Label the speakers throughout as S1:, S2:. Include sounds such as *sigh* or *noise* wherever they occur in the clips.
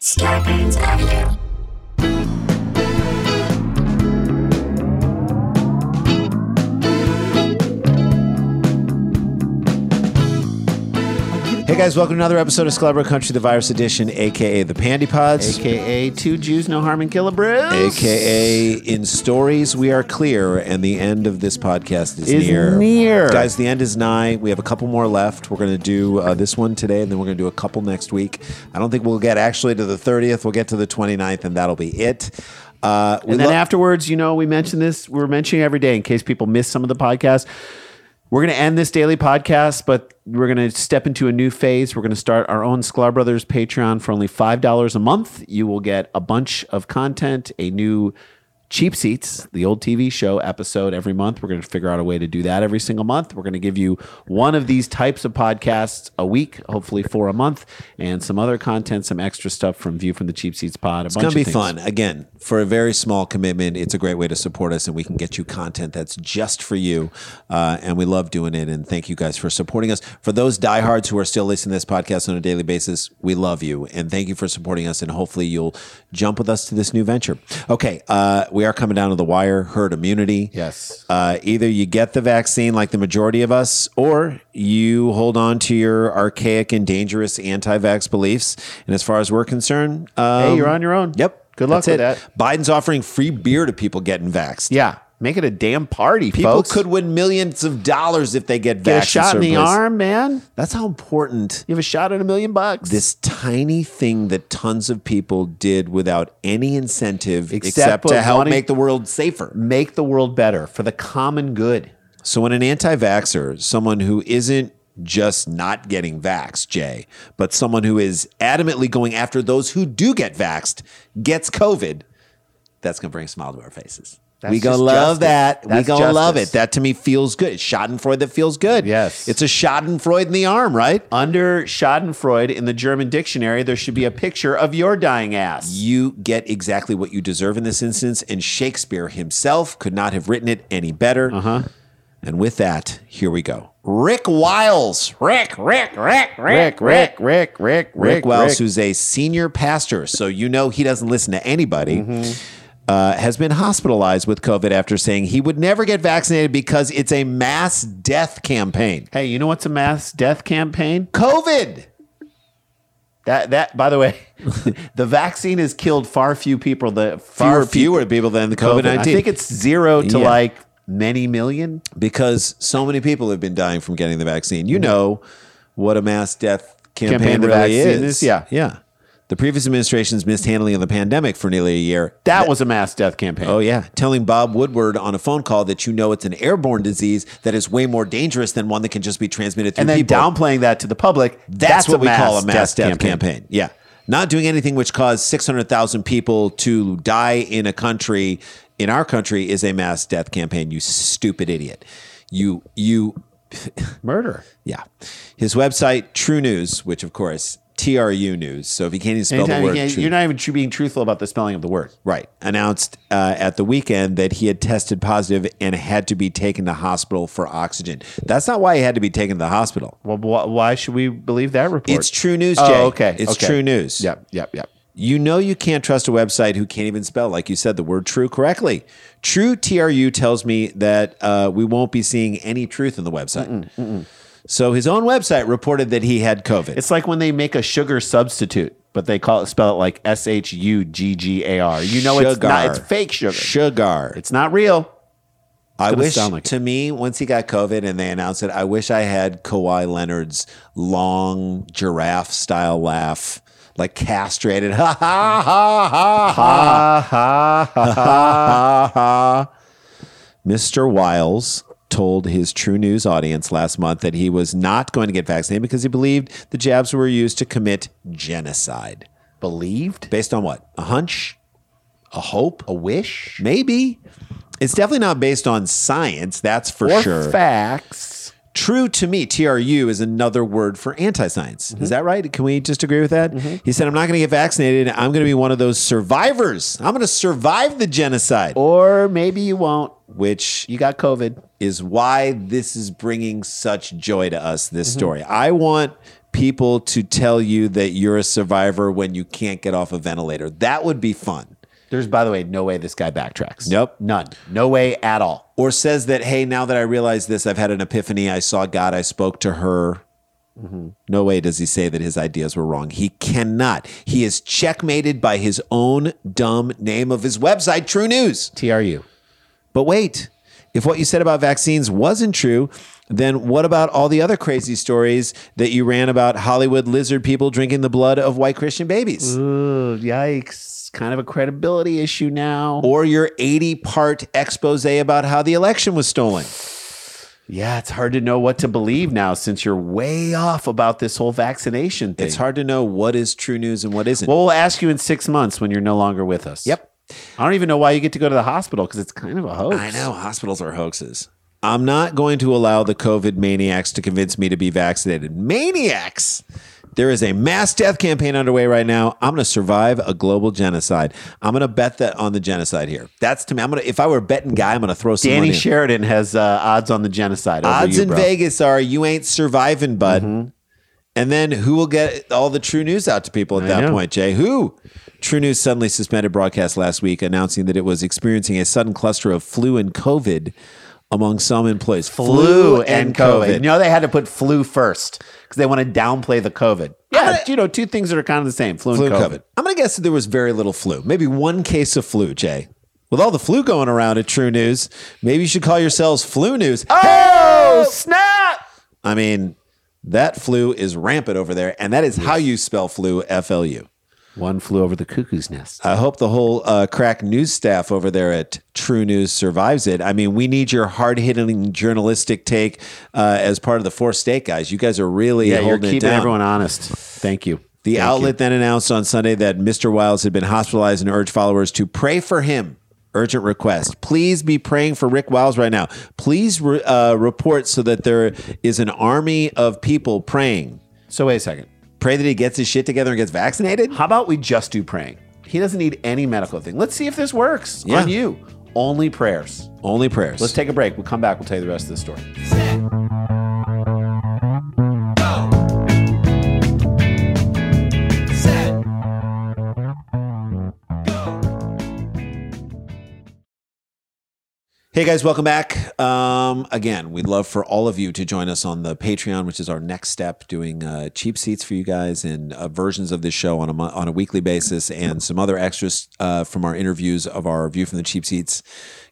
S1: Scarpins Avenue.
S2: Hey guys, welcome to another episode of Scalabro Country, the Virus Edition, aka the Pandy Pods,
S3: AKA two Jews, no harm in Killabrews.
S2: aka in stories we are clear, and the end of this podcast is,
S3: Is
S2: near.
S3: near.
S2: guys. The end is nigh. We have a couple more left. We're going to do uh, this one today, and then we're going to do a couple next week. I don't think we'll get actually to the thirtieth. We'll get to the 29th, and that'll be it. Uh, we
S3: And then
S2: lo-
S3: afterwards, you know, we mention this, we're mentioning every day in case people miss some of the podcast. We're going to end this daily podcast, but we're going to step into a new phase. We're going to start our own Sklar Brothers Patreon for only $5 a month. You will get a bunch of content, a new Cheap Seats, the old TV show episode every month. We're going to figure out a way to do that every single month. We're going to give you one of these types of podcasts a week, hopefully four a month, and some other content, some extra stuff from View from the Cheap Seats pod.
S2: It's going to be fun. Again, for a very small commitment, it's a great way to support us, and we can get you content that's just for you. Uh, and we love doing it. And thank you guys for supporting us. For those diehards who are still listening to this podcast on a daily basis, we love you. And thank you for supporting us. And hopefully, you'll jump with us to this new venture. Okay. Uh, we are coming down to the wire herd immunity.
S3: Yes.
S2: Uh, either you get the vaccine like the majority of us, or you hold on to your archaic and dangerous anti vax beliefs. And as far as we're concerned, um,
S3: Hey, you're on your own.
S2: Yep.
S3: Good luck
S2: That's
S3: with
S2: it. Biden's offering free beer to people getting vaxxed.
S3: Yeah, make it a damn party,
S2: People
S3: folks.
S2: could win millions of dollars if they get vaxxed.
S3: get a shot in
S2: certain
S3: the
S2: places.
S3: arm, man.
S2: That's how important
S3: You have a shot at a million bucks.
S2: this tiny thing that tons of people did without any incentive
S3: Except
S2: except,
S3: for
S2: to help
S3: wanting-
S2: make the world safer.
S3: make the world better for the common good.
S2: So when an anti-vaxxer, someone who isn't just not getting vaxxed, Jay, but someone who is adamantly going after those who do get vaxxed, gets COVID, that's gonna bring a smile to our faces.
S3: That's
S2: we gonna
S3: just
S2: love
S3: justice.
S2: that. we
S3: That's
S2: gonna love it.
S3: justice.
S2: That to me feels good. It's Schadenfreude that feels good.
S3: Yes.
S2: It's a Schadenfreude in the arm, right?
S3: Under Schadenfreude in the German dictionary, there should be a picture of your dying ass.
S2: You get exactly what you deserve in this instance, and Shakespeare himself could not have written it any better. Uh-huh. And with that, here we go. Rick Wiles. Rick, Rick, Rick, Rick, Rick,
S3: Rick, Rick,
S2: Rick, Wells, who's a senior pastor, so you know he doesn't listen to anybody, uh, has been hospitalized with COVID after saying he would never get vaccinated because it's a mass death campaign.
S3: Hey, you know what's a mass death campaign?
S2: COVID.
S3: That that by the way, *laughs* the vaccine has killed far few people. The
S2: Far
S3: far
S2: fewer people than the COVID
S3: I
S2: nineteen.
S3: think it's zero to
S2: Yeah.
S3: like many million.
S2: because so many people have been dying from getting the vaccine. You know what a mass death campaign,
S3: Campaign
S2: the
S3: really
S2: vaccine
S3: is, yeah.
S2: yeah. The previous administration's mishandling of the pandemic for nearly a year.
S3: That was a mass death campaign.
S2: Oh yeah, telling Bob Woodward on a phone call that you know it's an airborne disease that is way more dangerous than one that can just be transmitted through
S3: and then
S2: people.
S3: downplaying that to the public.
S2: That's,
S3: a
S2: what we call a mass death, campaign. Yeah, not doing anything which caused six hundred thousand people to die in a country in our country is a mass death campaign. You stupid idiot. You you
S3: Murder.
S2: yeah. His website True News, which of course TRU News. So if you can't even spell
S3: Anytime
S2: the
S3: you
S2: word,
S3: can't-
S2: True-
S3: you're not even tr- being truthful about the spelling of the word.
S2: Right. Announced uh, at the weekend that he had tested positive and had to be taken to hospital for oxygen. That's not why he had to be taken to the hospital.
S3: Well, wh- why should we believe that report?
S2: It's true news, Jay.
S3: Oh, okay.
S2: It's
S3: okay.
S2: true news.
S3: Yep, yep, yep.
S2: You know you can't trust a website who can't even spell, like you said, the word true correctly. True TRU tells me that uh, we won't be seeing any truth in the website. So his own website reported that he had COVID.
S3: It's like when they make a sugar substitute, but they call it spell it like S H U G G A R. You know it's not it's fake sugar.
S2: Sugar.
S3: It's not real.
S2: I
S3: gonna
S2: wish
S3: sound like
S2: to me once he got COVID and they announced it, I wish I had Kawhi Leonard's long giraffe style laugh, like castrated. *laughs* Ha ha ha ha ha ha *laughs* ha ha. Mr. Wiles told his True News audience last month that he was not going to get vaccinated because he believed the jabs were used to commit genocide.
S3: Believed?
S2: Based on what? A hunch? A hope?
S3: A wish?
S2: Maybe. It's definitely not based on science, that's for
S3: Or
S2: sure.
S3: facts.
S2: True to me, TRU is another word for anti science.
S3: Mm-hmm.
S2: Is that right? Can we just agree with that? He said, I'm not going to get vaccinated. I'm going to be one of those survivors. I'm going to survive the genocide,
S3: Or maybe you won't.
S2: which
S3: You got COVID.
S2: is why this is bringing such joy to us, this
S3: Mm-hmm.
S2: story. I want people to tell you that you're a survivor when you can't get off a ventilator. That would be fun.
S3: There's by the way, no way this guy backtracks.
S2: Nope.
S3: None. No way at all.
S2: or says that hey now that i realize this i've had an epiphany i saw god i spoke to her no way does he say that his ideas were wrong he cannot he is checkmated by his own dumb name of his website true news
S3: TRU.
S2: but wait if what you said about vaccines wasn't true then what about all the other crazy stories that you ran about hollywood lizard people drinking the blood of white christian babies
S3: Ooh, Oh, yikes. Kind of a credibility issue now.
S2: or your 80 part expose about how the election was stolen
S3: Yeah, it's hard to know what to believe now since you're way off about this whole vaccination thing.
S2: it's hard to know what is true news and what isn't
S3: Well, we'll ask you in six months when you're no longer with us.
S2: Yep.
S3: I don't even know why you get to go to the hospital because it's kind of a hoax.
S2: I know hospitals are hoaxes. I'm not going to allow the COVID maniacs to convince me to be vaccinated. Maniacs! There is a mass death campaign underway right now. I'm going to survive a global genocide. I'm going to bet that on the genocide here. That's to me. I'm going to. If I were a betting guy, I'm going to throw some
S3: Danny
S2: money. in.
S3: Sheridan has uh, odds on the genocide. over
S2: Odds
S3: you,
S2: in
S3: bro. Mm-hmm.
S2: Vegas are you ain't surviving, bud. And then who will get all the true news out to people at that
S3: know.
S2: point, Jay? Who? True News suddenly suspended broadcast last week, announcing that it was experiencing a sudden cluster of flu and COVID among some employees.
S3: Flu and COVID. You know they had to put flu first because they want to downplay the COVID. Yeah,
S2: gonna-
S3: you know two things that are kind of the same: flu,
S2: Flu
S3: and COVID.
S2: I'm going to guess that there was very little flu. Maybe one case of flu, Jay. With all the flu going around at True News, maybe you should call yourselves Flu News.
S3: Oh snap!
S2: I mean, that flu is rampant over there, and that is how you spell flu, F L U.
S3: One flew over the cuckoo's nest.
S2: I hope the whole uh, crack news staff over there at True News survives it. I mean, we need your hard hitting journalistic take uh, as part of the four state guys. You guys are really
S3: yeah, you're
S2: holding it
S3: keeping
S2: down.
S3: everyone honest. Thank you.
S2: the
S3: Thank
S2: outlet then announced on Sunday that Mr. Wiles had been hospitalized and urged followers to pray for him. Urgent request. Please be praying for Rick Wiles right now. Please re- uh, report so that there is an army of people praying.
S3: you. So wait a second.
S2: Pray that he gets his shit together and gets vaccinated.
S3: How about we just do praying? He doesn't need any medical thing. Let's see if this works
S2: Yeah.
S3: on you. Only prayers.
S2: Only prayers.
S3: Let's take a break. We'll come back. We'll tell you the rest of the story.
S2: Hey guys, welcome back. Um, again, we'd love for all of you to join us on the Patreon, which is our next step, doing uh, cheap seats for you guys and uh, versions of this show on a mon- on a weekly basis, and some other extras uh, from our interviews of our review from the cheap seats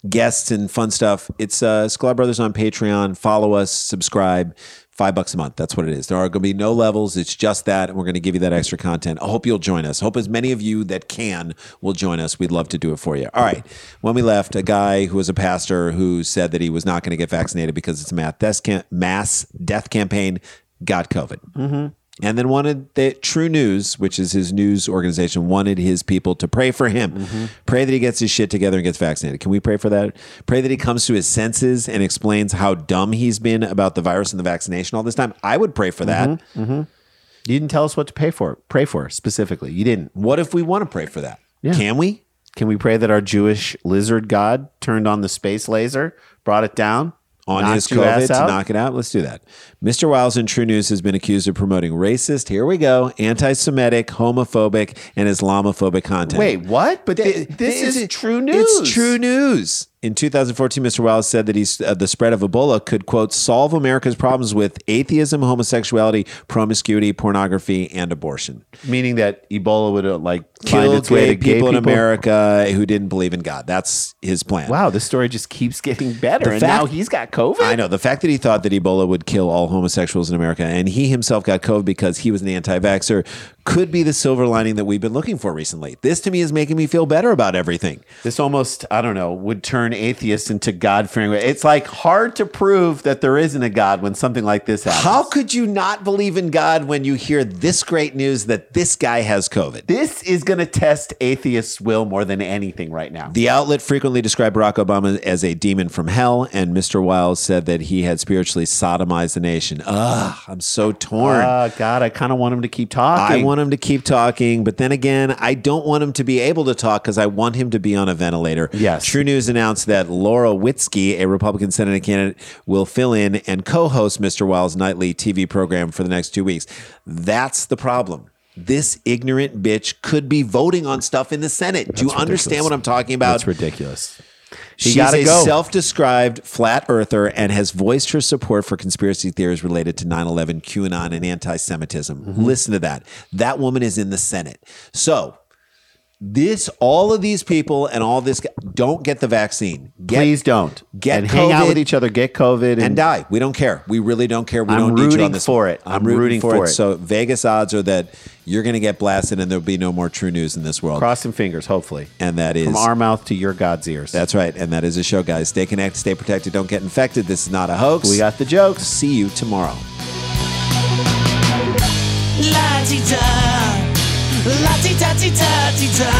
S2: guests and fun stuff. It's uh, Sklar Brothers on Patreon. Follow us, subscribe. Five bucks a month. That's what it is. There are going to be no levels. It's just that. And we're going to give you that extra content. I hope you'll join us. Hope as many of you that can will join us. We'd love to do it for you. All right. When we left, a guy who was a pastor who said that he was not going to get vaccinated because it's a mass death, cam- mass death campaign got COVID. Mm-hmm. And then wanted the True News, which is his news organization, wanted his people to pray for him. Pray that he gets his shit together and gets vaccinated. Can we pray for that? Pray that he comes to his senses and explains how dumb he's been about the virus and the vaccination all this time. I would pray for that.
S3: You didn't tell us what to pay for. Pray for specifically. You didn't.
S2: What if we want to pray for that?
S3: Yeah.
S2: Can we?
S3: Can we pray that our Jewish lizard god turned on the space laser, brought it down
S2: on
S3: knocked
S2: his
S3: your
S2: COVID
S3: ass
S2: to
S3: out?
S2: knock it out. Let's do that. Mr. Wiles in True News has been accused of promoting racist, here we go, anti Semitic, homophobic, and Islamophobic content.
S3: Wait, what? But thi-
S2: Th-
S3: this is
S2: it-
S3: true
S2: It's
S3: news.
S2: true news. In 2014, Mr. Wallace said that he's, uh, the spread of Ebola could, quote, solve America's problems with atheism, homosexuality, promiscuity, pornography, and abortion.
S3: meaning that Ebola would uh, like find
S2: Kill
S3: its
S2: gay,
S3: way to gay
S2: people in America who didn't believe in God. That's his plan.
S3: Wow, this story just keeps getting better,
S2: The
S3: and
S2: fact-
S3: now he's got COVID.
S2: I know the fact that he thought that Ebola would kill all homosexuals in America, and he himself got COVID because he was an anti-vaxxer, could be the silver lining that we've been looking for recently. This to me is making me feel better about everything.
S3: This almost, I don't know, would turn atheists into God fearing. It's like hard to prove that there isn't a God when something like this happens.
S2: How could you not believe in God when you hear this great news that this guy has COVID?
S3: This is going to test atheists' will more than anything right now.
S2: The outlet frequently described Barack Obama as a demon from hell, and Mr. Wiles said that he had spiritually sodomized the nation. Ugh, I'm so torn.
S3: Uh, God, I kind of want him to keep talking.
S2: I want him to keep talking, but then again, I don't want him to be able to talk because I want him to be on a ventilator.
S3: Yes.
S2: True News announced that Laura Witzke, a Republican Senate candidate, will fill in and co host Mr. Wiles' nightly TV program for the next two weeks. That's the problem. This ignorant bitch could be voting on stuff in the Senate. Do you understand what I'm talking about?
S3: That's ridiculous.
S2: She's
S3: gotta
S2: a
S3: go.
S2: self-described flat earther and has voiced her support for conspiracy theories related to 9/11, QAnon, and anti-Semitism.
S3: Mm-hmm.
S2: Listen to that. That woman is in the Senate. So this, all of these people and all this, don't get the vaccine. Get,
S3: Please don't.
S2: get
S3: and hang out
S2: COVID
S3: with each other. Get COVID and,
S2: and die. We don't care. We really don't care. We
S3: I'm
S2: don't need you
S3: rooting
S2: on this
S3: for
S2: one.
S3: it. I'm rooting for it.
S2: So Vegas odds are that you're going to get blasted, and there'll be no more true news in this world.
S3: cross some fingers. Hopefully,
S2: and that is
S3: from our mouth to your God's ears.
S2: That's right. And that is a show, guys. Stay connected, stay protected, don't get infected. This is not a hoax.
S3: we got the jokes.
S2: See you tomorrow.
S4: La-di-da, la-di-da-di-da-di-da,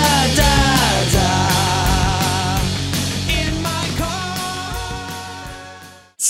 S4: la-di-da-da-da. In my car.